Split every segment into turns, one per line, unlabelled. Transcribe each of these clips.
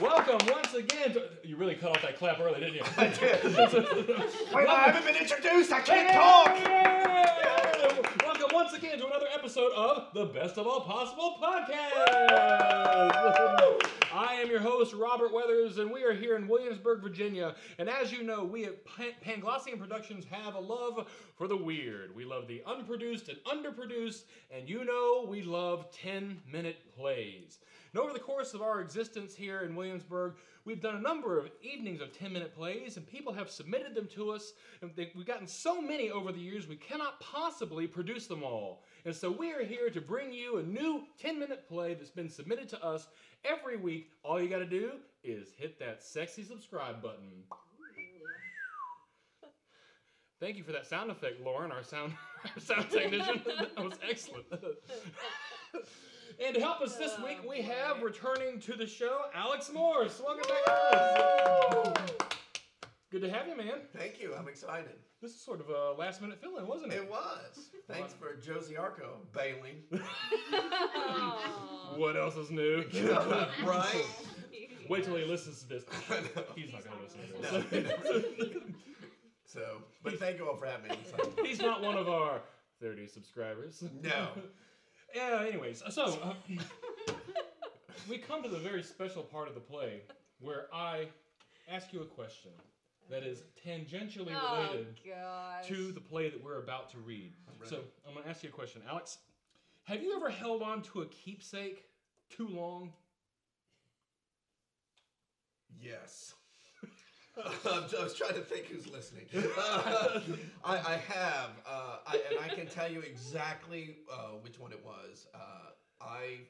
welcome once again. To, you really cut off that clap early, didn't you?
I did. Wait, I haven't been introduced. I can't talk.
Welcome once again to another episode of the Best of All Possible Podcast. I am your host, Robert Weathers, and we are here in Williamsburg, Virginia. And as you know, we at Pan- Panglossian Productions have a love for the weird. We love the unproduced and underproduced, and you know we love 10 minute plays. And over the course of our existence here in Williamsburg, we've done a number of evenings of 10 minute plays, and people have submitted them to us. And they- we've gotten so many over the years, we cannot possibly produce them all. And so we are here to bring you a new 10 minute play that's been submitted to us every week. All you got to do is hit that sexy subscribe button. Thank you for that sound effect, Lauren, our sound, our sound technician. that was excellent. and to help us this week, we have returning to the show Alex Morse. Welcome back, Alex. Good to have you, man.
Thank you. I'm excited.
This is sort of a last minute fill in, wasn't
It was. Thanks for Josie Arco bailing.
Aw.
What else is new?
right?
Wait till he listens to this.
I know.
He's not going to listen
No,
to this.
So, but thank you all for having me. It's like,
He's not one of our 30 subscribers.
no.
Yeah, anyways, so uh, we come to the very special part of the play where I ask you a question that is tangentially
Oh,
related
gosh.
to the play that we're about to read.
I'm
So I'm going to ask you a question. Alex, have you ever held on to a keepsake too long?
Yes. I'm j- I was trying to think who's listening. Uh, I, I have, uh, I, and I can tell you exactly uh, which one it was. Uh, I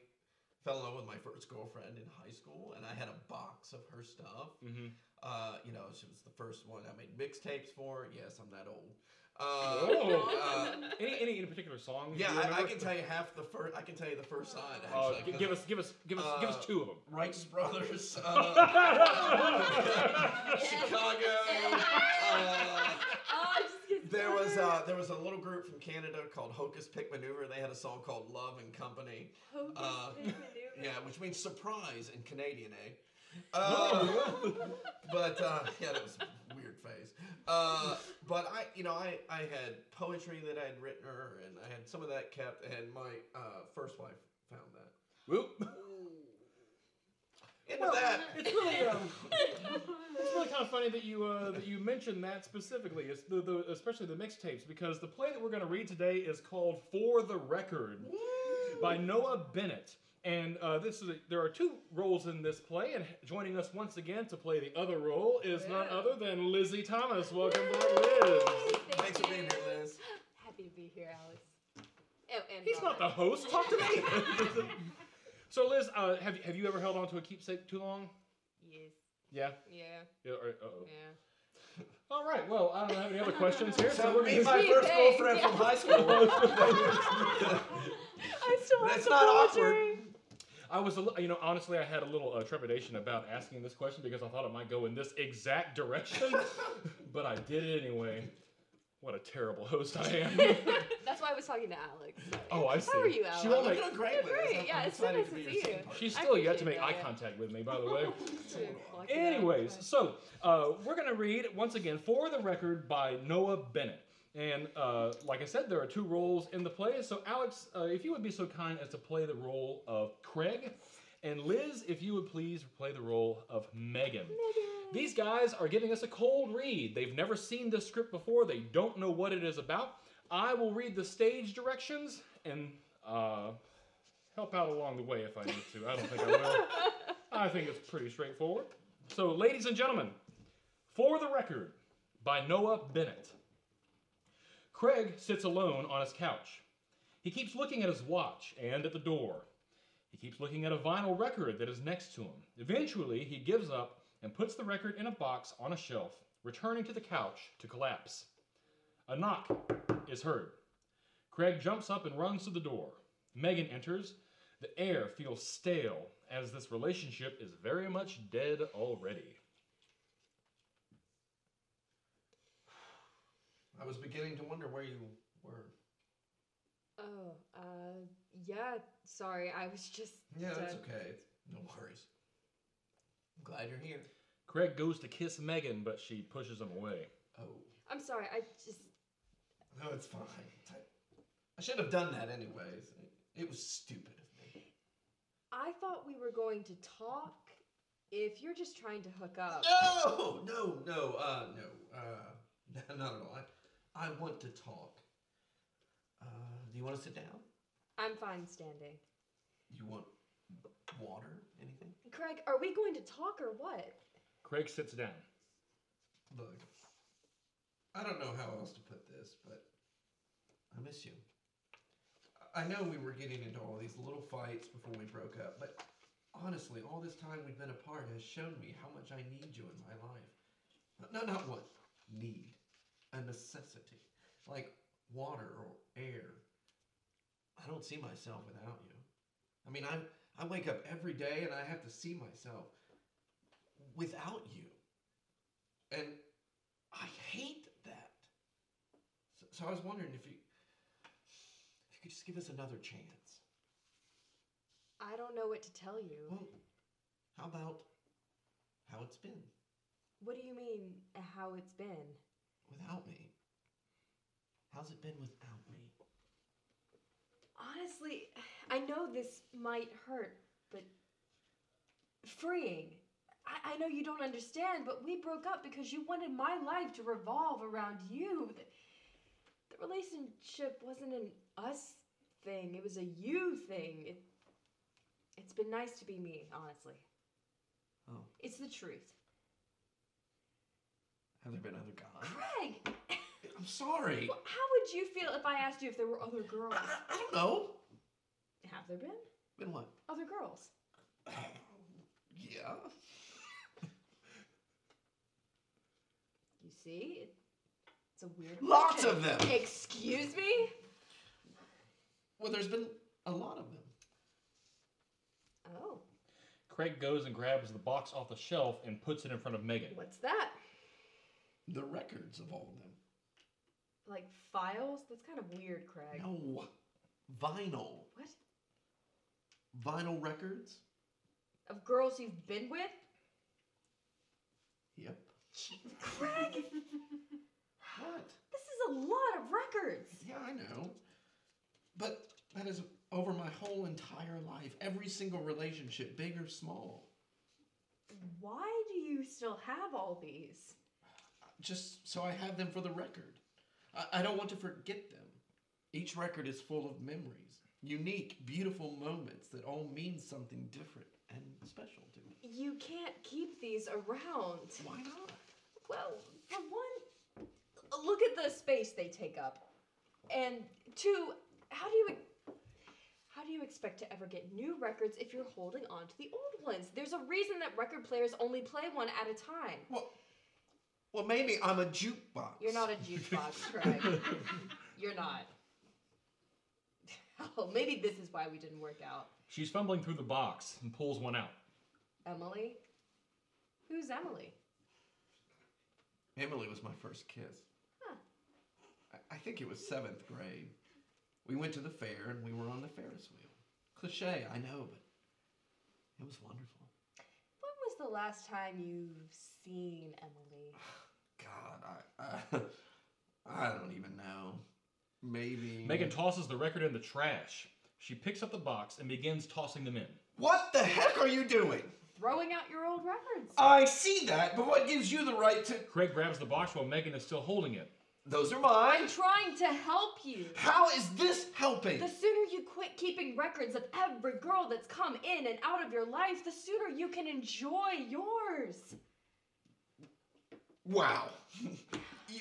fell in love with my first girlfriend in high school, and I had a box of her stuff.
Mm-hmm.
Uh, you know, she was the first one I made mixtapes for. Yes, I'm that old. Uh,
Oh.
uh,
any, any in particular song?
yeah,
you
I, I
remember?
can tell you half the first. I can tell you the first side.
Uh,
Actually,
g-
'cause
give us, give us, give us, give us
Uh,
two of them.
Wrights Brothers. Uh, Chicago. Uh,
Oh, it just gets
there was
better.
uh, there was a little group from Canada called Hocus Pick Maneuver. They had a song called Love and Company.
Hocus
uh,
Pocus maneuver.
Yeah, which means surprise in Canadian, eh? Uh, but uh, yeah, that was a weird phase. Uh, but I, you know, I, I had poetry that I had written her, and I had some of that kept, and my uh, first wife found that.
Whoop.
Into
Well,
that.
it's really um, it's really kind of funny that you uh, that you mentioned that specifically, it's the, the, especially the mixtapes, because the play that we're going to read today is called "For the Record" by Noah Bennett. And uh, this is a, there are two roles in this play, and joining us once again to play the other role is none
Yeah.
other than Lizzie Thomas. Welcome back, Liz.
Thank
Thanks for being
you.
here, Liz.
Happy to be here, Alex. Oh, and
He's not the
Robert.
host. Talk to me. so, Liz, uh, have have you ever held on to a keepsake too long?
Yes.
Yeah.
Yeah.
Yeah. Or, uh-oh.
Yeah.
All right. Well, I don't have any other questions here. So
So
we're
me,
gonna
my
Gee,
first
thanks,
girlfriend from
yeah.
high school.
I still
That's not awkward.
I was, a li- you know, honestly, I had a little uh, trepidation about asking this question because I thought it might go in this exact direction, but I did it anyway. What a terrible host I am.
That's why I was talking to Alex.
Oh, I see.
How are you,
She
Alex?
won't
You're
like-
doing great, Liz.
Great,
I'm-
yeah,
I'm
it's so
excited
nice
to be
to
your
see
second
you.
part.
She's still yet to make
appreciate
eye
that.
contact with me, by the way.
Dude, fuck it up.
Anyways, so uh, we're going to read once again For the Record by Noah Bennett. And uh, like I said, there are two roles in the play. So, Alex, uh, if you would be so kind as to play the role of Craig, and Liz, if you would please play the role of Megan. These guys are giving us a cold read. They've never seen this script before, they don't know what it is about. I will read the stage directions and uh, help out along the way if I need to. I don't think I will. I think it's pretty straightforward. So, ladies and gentlemen, For the Record by Noah Bennett. Craig sits alone on his couch. He keeps looking at his watch and at the door. He keeps looking at a vinyl record that is next to him. Eventually, he gives up and puts the record in a box on a shelf, returning to the couch to collapse. A knock is heard. Craig jumps up and runs to the door. Megan enters. The air feels stale, as this relationship is very much dead already.
I was beginning to wonder where you were.
Oh, uh, yeah. Sorry, I was just.
Yeah, that's
uh,
okay. No worries. glad you're here.
Craig goes to kiss Megan, but she pushes him away.
Oh,
I'm sorry. I just.
no, it's fine. I should have done that anyways. It was stupid of me.
I thought we were going to talk. If you're just trying to hook up.
No, no, no, uh, no, uh, n- not at all. I, I want to talk. Uh, do you want to sit down?
I'm fine standing.
You want water? Anything?
Craig, are we going to talk or what?
Craig sits down.
Look, I don't know how else to put this, but I miss you. I- I know we were getting into all these little fights before we broke up, but honestly, all this time we've been apart has shown me how much I need you in my life. No, not what need, a necessity, like water or air. I don't see myself without you. I mean, I I wake up every day and I have to see myself without you. And I hate that. So, so I was wondering if you if you could just give us another chance.
I don't know what to tell you.
Well, how about how it's been
What do you mean, how it's been?
without me? How's it been without me?
Honestly, I know this might hurt, but freeing. I, I know you don't understand, but we broke up because you wanted my life to revolve around you. The, the relationship wasn't an us thing, it was a you thing. It, it's been nice to be me, honestly.
Oh.
It's the truth.
Have there been other guys?
Craig,
I'm sorry.
wh- how would you feel if I asked you if there were other girls?
I, I- I don't know.
Have there been
Been what?
other girls?
yeah.
You see? It- It's a weird.
Lots
question.
of them.
Excuse me?
Well, there's been a lot of them.
Oh,
Craig goes and grabs the box off the shelf and puts it in front of Megan.
what's that?
The records of all of them.
Like files? That's kind of weird, Craig.
No. Vinyl.
What?
Vinyl records?
Of girls you've been with?
Yep.
Craig, this
What?
is a lot of records.
Yeah, I know. But that is over my whole entire life. Every single relationship, big or small.
Why do you still have all these?
Just so I have them for the record. I, I don't want to forget them. Each record is full of memories, unique, beautiful moments that all mean something different and special to me.
You can't keep these around.
Why not?
Well, for one, look at the space they take up. And two, how do you e-, how do you expect to ever get new records if you're holding on to the old ones? There's a reason that record players only play one at a time.
Well, well, maybe I'm a jukebox.
You're not a jukebox, Craig. You're not. Oh, maybe this is why we didn't work out.
She's fumbling through the box and pulls one out.
Emily? Who's Emily?
Emily was my first kiss.
Huh.
I, I think it was seventh grade. We went to the fair and we were on the Ferris wheel. Cliche, I know, but it was wonderful.
When was the last time you've seen Emily?
God, I, I, I don't even know. Maybe.
Megan tosses the record in the trash. She picks up the box and begins tossing them in.
what the heck are you doing?
Throwing out your old records.
I see that, but what gives you the right to?
Craig grabs the box while Megan is still holding it.
Those are
I'm
mine.
trying to help you.
How is this helping?
The sooner you quit keeping records of every girl that's come in and out of your life, the sooner you can enjoy yours.
Wow. Y-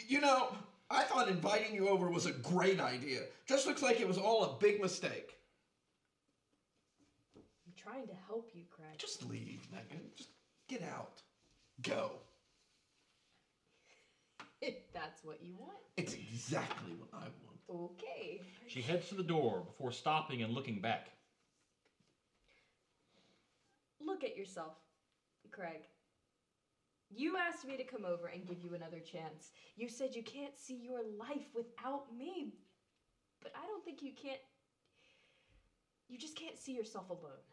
you know, I thought inviting you over was a great idea. Just looks like it was all a big mistake.
I'm trying to help you, Craig.
Just leave, Megan. Just get out. Go.
If that's what you want.
It's exactly what I want.
Okay.
She heads to the door before stopping and looking back.
Look at yourself, Craig. You asked me to come over and give you another chance. You said you can't see your life without me. But I don't think you can't. You just can't see yourself alone.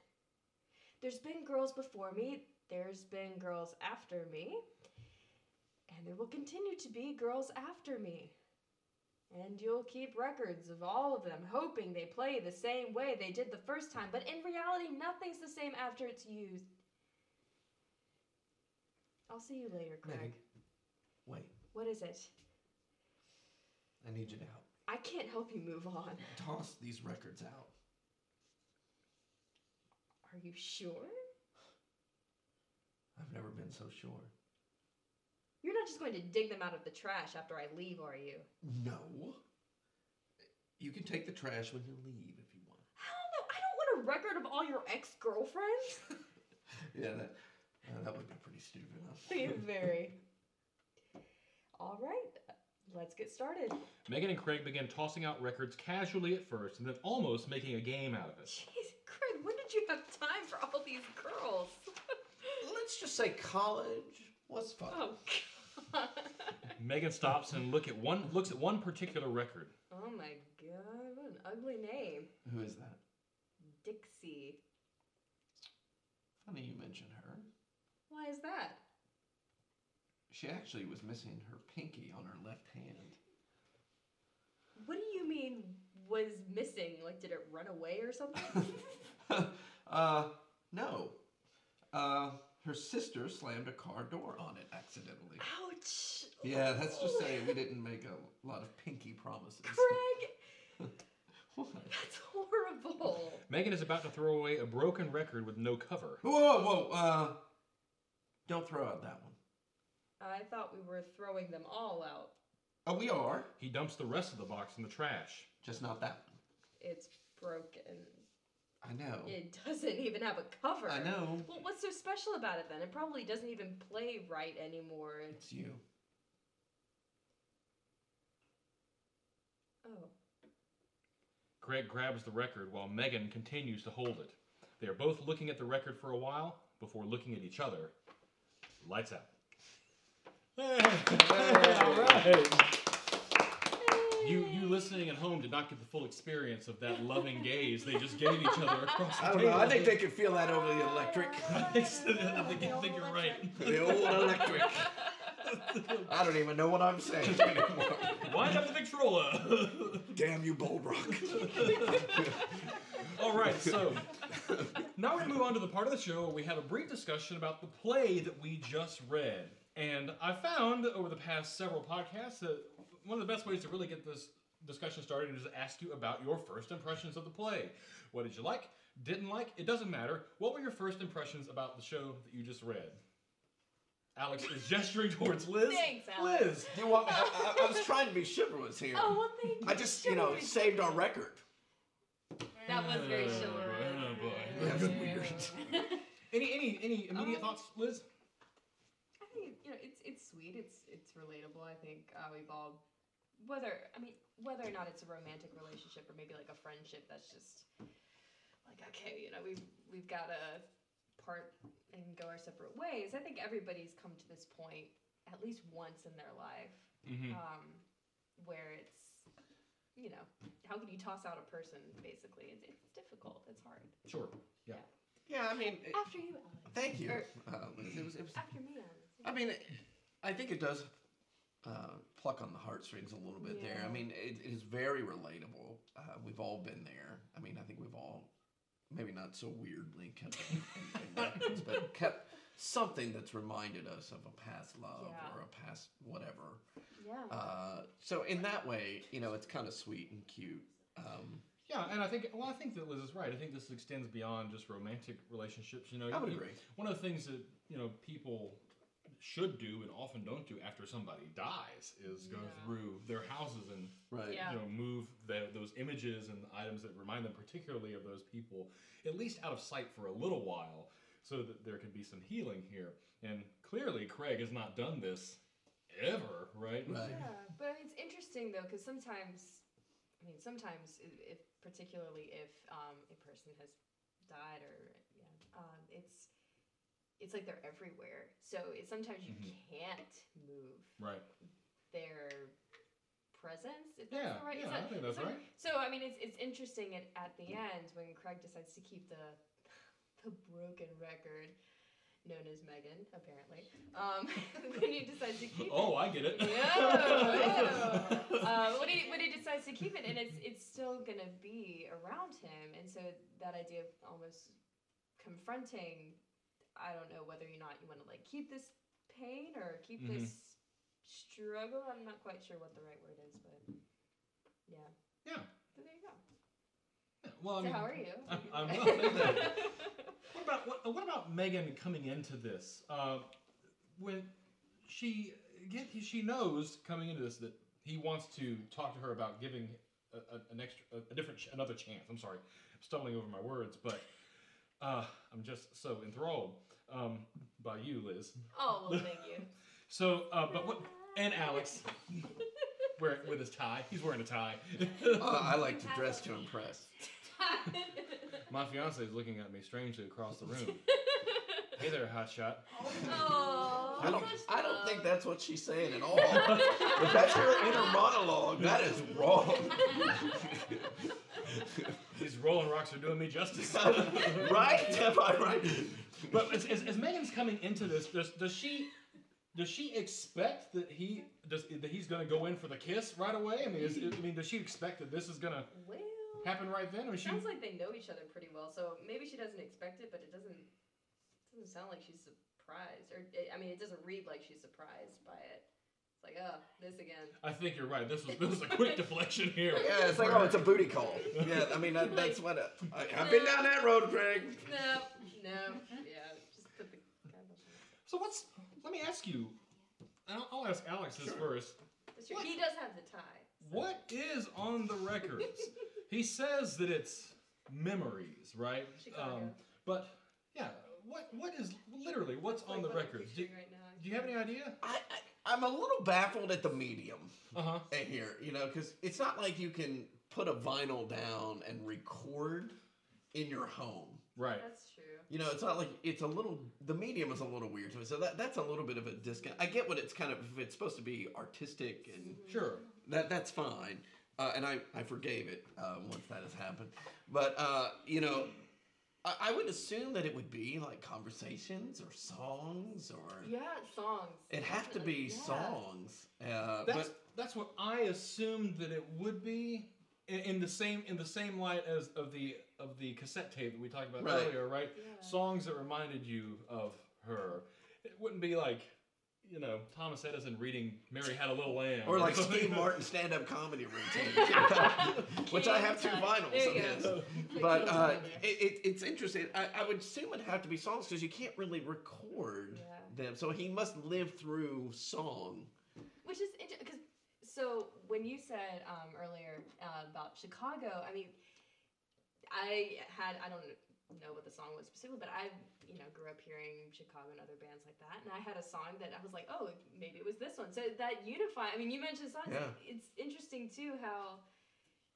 There's been girls before me There's been girls after me, and there will continue to be girls after me. And you'll keep records of all of them, hoping they play the same way they did the first time, but in reality, nothing's the same after it's used. I'll see you later, Craig.
Megan. Wait,
What is it?
I need you to help.
I can't help you move on.
Toss these records out.
Are you sure?
I've never been so sure.
You're not just going to dig them out of the trash after I leave, are you?
No. You can take the trash when you leave if you want.
Hell no, I don't want a record of all your ex girlfriends.
Yeah, that, uh, that would be pretty stupid.
Be very. All right, let's get started.
Megan and Craig began tossing out records casually at first and then almost making a game out of it.
Jeez, Craig, when did you have time for all these girls?
Let's just say college was fun.
Oh, God.
Megan stops and look at one looks at one particular record.
Oh, my God. What an ugly name.
Who is that?
Dixie.
Funny you mention her.
Why is that?
She actually was missing her pinky on her left hand.
What do you mean was missing? Like, did it run away or something?
uh, no. Uh, her sister slammed a car door on it accidentally.
Ouch.
Yeah, that's just
Ooh.
saying we didn't make a lot of pinky promises.
Craig,
What?
that's horrible.
Megan is about to throw away a broken record with no cover.
Whoa, whoa, whoa. Uh, don't throw out that one.
I thought we were throwing them all out.
Oh, we are.
He dumps the rest of the box in the trash.
Just not that one.
It's broken.
I know.
It doesn't even have a cover.
Oh. I know.
Well, what's so special about it then? It probably doesn't even play right anymore. And,
It's you.
oh,
Craig grabs the record while Megan continues to hold it. They are both looking at the record for a while before looking at each other. Lights out. Hey, all right. You, you listening at home did not get the full experience of that loving gaze they just gave each other across the
I don't
table.
know. I think they could feel that over the electric.
I think so. I think- I think you're right.
the old electric. I don't even know what I'm saying anymore.
Wind up the Victrola.
Damn you, Bold Rock.
All right, so now we move on to the part of the show where we have a brief discussion about the play that we just read. And I found over the past several podcasts that one of the best ways to really get this discussion started is to ask you about your first impressions of the play. What did you like? Didn't like? It doesn't matter. What were your first impressions about the show that you just read? Alex is gesturing towards Liz.
Thanks, Alex.
Liz.
Do you want me? I, I, I was trying to be chivalrous here.
Oh, well, thank you.
I just, you know,
Sure.
saved our record.
That was very
Oh,
chivalrous.
oh, boy.
Yeah, it was weird.
Any any any immediate
Um,
thoughts, Liz?
I think it- you know it's it's sweet. It's it's relatable. I think uh, we've all whether I mean whether or not it's a romantic relationship or maybe like a friendship that's just like okay, you know we've we've got to part and go our separate ways. I think everybody's come to this point at least once in their life
Mm-hmm.
um, where it's you know how can you toss out a person basically? It's it's difficult. It's hard.
Sure.
Yeah, I mean, it-
After you, Alex.
thank you.
Or-
Uh, it was, it was,
After me, Alex.
I mean, it- I think it does uh, pluck on the heartstrings a little bit there. I
Yeah.
mean, it, it is very relatable. Uh, we've all been there. I mean, I think we've all, maybe not so weirdly kept, in, in records, but kept something that's reminded us of a past love
Yeah.
or a past whatever.
Yeah.
Uh, so in that way, you know, it's kind of sweet and cute. Um,
Yeah, and I think well, I think that Liz is right. I think this extends beyond just romantic relationships. You know,
I would
you-
agree.
One of the things that you know people should do and often don't do after somebody dies is go
Yeah.
through their houses and
Right.
Yeah.
you know move the, those images and items that remind them particularly of those people, at least out of sight for a little while, so that there can be some healing here. And clearly, Craig has not done this ever, right?
Right.
Yeah, but it's interesting though, because sometimes, I mean, sometimes, i- if particularly if um, a person has died or yeah, um, it's it's like they're everywhere. So it, sometimes you
Mhm.
can't move
Right.
their presence. If
Yeah.
that's the right.
yeah,
it's
I
not-
think that's
so,
right.
So I mean, it's it's interesting at, at the end when Craig decides to keep the the broken record.
known as Megan, apparently, um, when he decides to keep
Oh, I get it.
it. Yeah, yeah. Uh, when he when he decides to keep it, and it's it's still gonna be around him, and so that idea of almost confronting, I don't know whether or not you want to like keep this pain or keep
Mhm.
this struggle. I'm not quite sure what the right word is, but yeah.
Yeah.
But there you go.
Well, I
so
mean,
how are you?
I'm- I'm well, thank you. What about what, what about Megan coming into this? Uh, when she again, she knows coming into this that he wants to talk to her about giving a, a, an extra, a, a different, ch- another chance. I'm sorry, I'm stumbling over my words, but uh, I'm just so enthralled um, by you, Liz.
oh well, thank you.
So, uh, but what? And Alex, where with his tie, he's wearing a tie.
Uh, I like to dress to impress.
my fiance is looking at me strangely across the room. Hey there, hotshot.
Oh,
I don't, I don't think that's what she's saying at all. if
that.
that's your inner monologue, that is wrong.
These rolling rocks are doing me justice.
right? Am I right?
But as, as, as Megan's coming into this, does, does she does she expect that he does that he's going to go in for the kiss right away? I mean, is, I mean, does she expect that this is going to
Well,
happen right then, or
it
she?
sounds like they know each other pretty well, so maybe she doesn't expect it, but it doesn't doesn't sound like she's surprised, or it, I mean, it doesn't read like she's surprised by it. It's like, oh, this again.
I think you're right. This was this was a quick deflection here.
Yeah, it's like, oh, it's a booty call. Yeah, I mean, that, that's what uh, I, I've been down that road, Craig.
No, no, yeah, just put the. That's
So what's? Let me ask you. and I'll, I'll ask Alex this
Sure.
first.
true.
What?
He does have the tie. so-
What is on the records? he says that it's memories, right? Um,
Chicago.
but yeah, what what is literally what's
Like
on the
what I'm
records? Do,
picturing right now.
do you have any idea?
I, I, I'm a little baffled at the medium
Uh huh.
in here, you know, because it's not like you can put a vinyl down and record in your home.
Right.
That's true.
You know, it's not like it's a little. The medium is a little weird to me, so that that's a little bit of a discount. I get what it's kind of. If it's supposed to be artistic and
Sure.
that that's fine, uh, and I I forgave it uh, once that has happened. But uh, you know, I, I would assume that it would be like conversations or songs or
Yeah, songs.
it have to be
Definitely, yeah.
songs. Uh,
That's
but
that's what I assumed that it would be in, in the same in the same light as of the of the cassette tape that we talked about
Right.
earlier, right?
Yeah.
Songs that reminded you of her. It wouldn't be like you know Thomas Edison reading "Mary Had a Little Lamb"
or like
something.
Steve Martin stand up comedy routine, which I have two
King
vinyls of
Tut. There you
his.
go.
But
Like,
uh,
yeah.
it, it, it's interesting. I, I would assume it'd have to be songs because you can't really record
Yeah.
them. So he must live through song.
Which is interesting because so when you said um, earlier uh, about Chicago, I mean, I had I don't know what the song was specifically, but I you know grew up hearing Chicago and other bands like that, and I had a song that I was like, oh, maybe it was this one. So that unify. I mean, you mentioned songs.
Yeah.
It's interesting too how.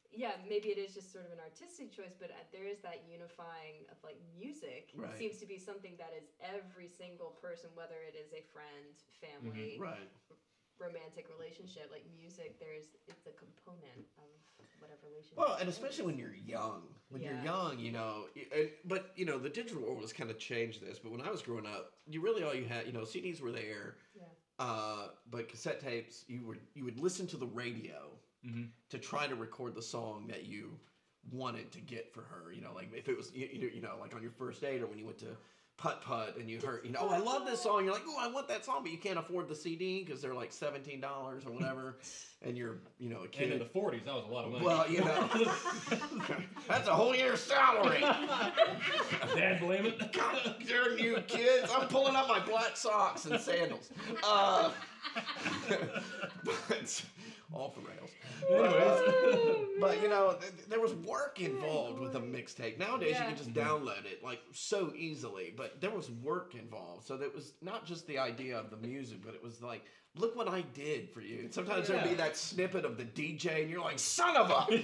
Yeah, maybe it is just sort of an artistic choice, but uh, there is that unifying of like music.
Right.
It seems to be something that is every single person, whether it is a friend, family,
Right.
romantic relationship, like music, there's it's a component of whatever relationship.
Well, and
it
especially
is.
when you're young. When you're
Yeah.
young, you know. y- And, but you know, the digital world has kind of changed this. But when I was growing up, you really all you had, you know, CDs were there.
Yeah.
Uh, but cassette tapes, you would you would listen to the radio
Mhm.
to try to record the song that you wanted to get for her. You know, like if it was you, you you know like on your first date or when you went to putt putt and you heard you know oh I love this song. You're like oh I want that song, but you can't afford the CD because they're like seventeen dollars or whatever, and you're you know a
And in
kid.
the '40s, that was a lot of money.
Well, you know, that's a whole year's salary.
Dad, blame it.
God, darn you kids! I'm pulling up my black socks and sandals. Uh, but off the rails.
Anyways.
But you know, th- th- there was work involved with a mixtape. Nowadays, you
Yeah.
can just download it like so easily. But there was work involved, so that was not just the idea of the music, but it was like, look what I did for you. And sometimes there'd be
Yeah.
that snippet of the DJ, and you're like, son of a,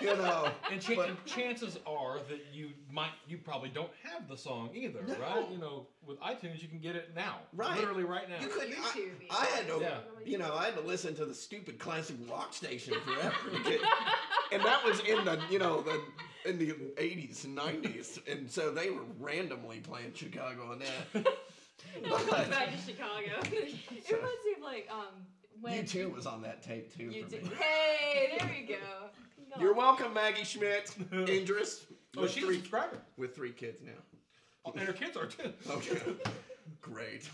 you know.
And, chan
But-
and chances are that you might, you probably don't have the song either,
No.
right? You know, with iTunes, you can get it now,
Right.
Literally right now.
You couldn't. I,
YouTube,
I had to,
Yeah.
you know, I had to listen to the stupid classic rock station forever, to get- and that was in the, you know, the in the 80s and 90s, and so they were randomly playing Chicago on that.
Going
But
back to Chicago. it reminds me of like um when
you too was on that tape too.
you
for
did-
me.
Hey, there you go.
You're welcome, Maggie Schmidt. Indris.
Oh,
with
she's a
three,
subscriber.
with three kids now.
Oh, And her kids are too.
Okay, great.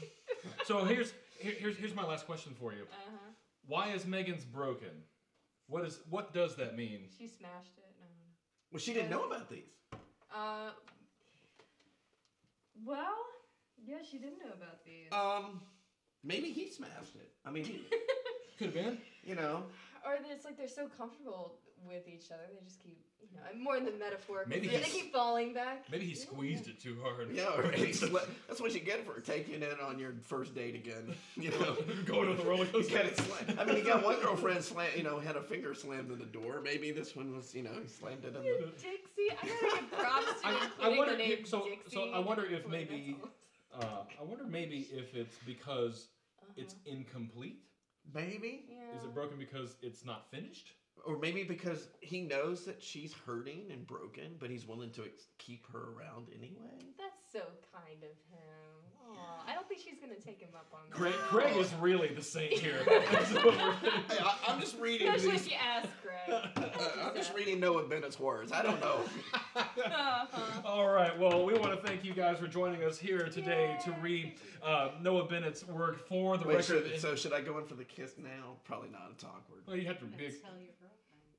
So here's here, here's here's my last question for you.
Uh huh.
Why is Megan's broken? What is what does that mean?
She smashed it. No, no, no.
Well, she didn't know about these.
Uh. Well, yeah, she didn't know about these.
Um, maybe he smashed it. I mean,
Could have been.
you know,
or it's like they're so comfortable with each other, they just keep, you know, and more in the metaphorical.
Maybe
Maybe they
he's-
keep falling back.
Maybe he squeezed it too hard.
yeah, or it's what- that's what you get for taking it on your first date again. You know,
Going on the roller
You got it
coaster.
slammed. I mean, you got one girlfriend slam, you know, had a finger slammed in the door. Maybe this one was, you know, he slammed it in the.
Dixie, I gotta give props to
I- I
including
wonder-
the name
so- so
Dixie.
I wonder if
Boy,
maybe-
that's awesome.
Uh, I wonder maybe if it's because it's
Uh-huh.
incomplete.
Maybe,
yeah.
Is it broken because it's not finished?
or maybe because he knows that she's hurting and broken, but he's willing to ex- keep her around anyway.
That's so kind of him. Aw, I don't think she's gonna take him up on that.
Craig, Craig was really the saint here. That's what we're-
Hey, I, I'm just reading.
Especially
these-
if you ask Craig.
uh, I'm just reading Noah Bennett's words. I don't know.
Uh-huh.
All right. Well, we want to thank you guys for joining us here today to
Yay.
read uh, Noah Bennett's work for the
Wait,
record.
should, so should I go in for the kiss now? Probably not. It's awkward.
well, you have to be.
Tell your girlfriend.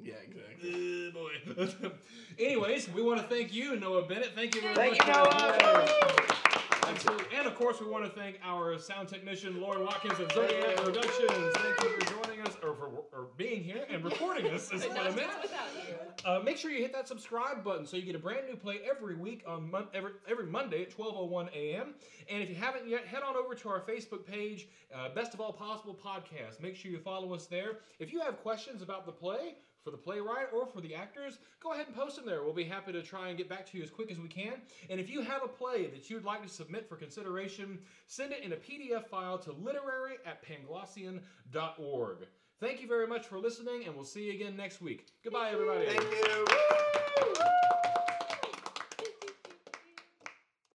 Yeah, exactly.
Eh, boy. Anyways, we want to thank you, Noah Bennett. Thank you very
Thank
much.
you,
for-
Noah.
Absolutely. And of course, we want to thank our sound technician, Lauren Watkins of Zodiac Productions. Thank you for joining us, or for or being here and recording us. Is
But
what I
not
meant.
just without you.
Uh, make sure you hit that subscribe button so you get a brand new play every week on mon- every, every Monday at 12:01 a.m. And if you haven't yet, head on over to our Facebook page, uh, Best of All Possible Podcast. Make sure you follow us there. If you have questions about the play for the playwright or for the actors, go ahead and post them there. We'll be happy to try and get back to you as quick as we can. And if you have a play that you'd like to submit for consideration, send it in a PDF file to literary at panglossian.org. Thank you very much for listening, and we'll see you again next week. Goodbye, everybody.
Thank you.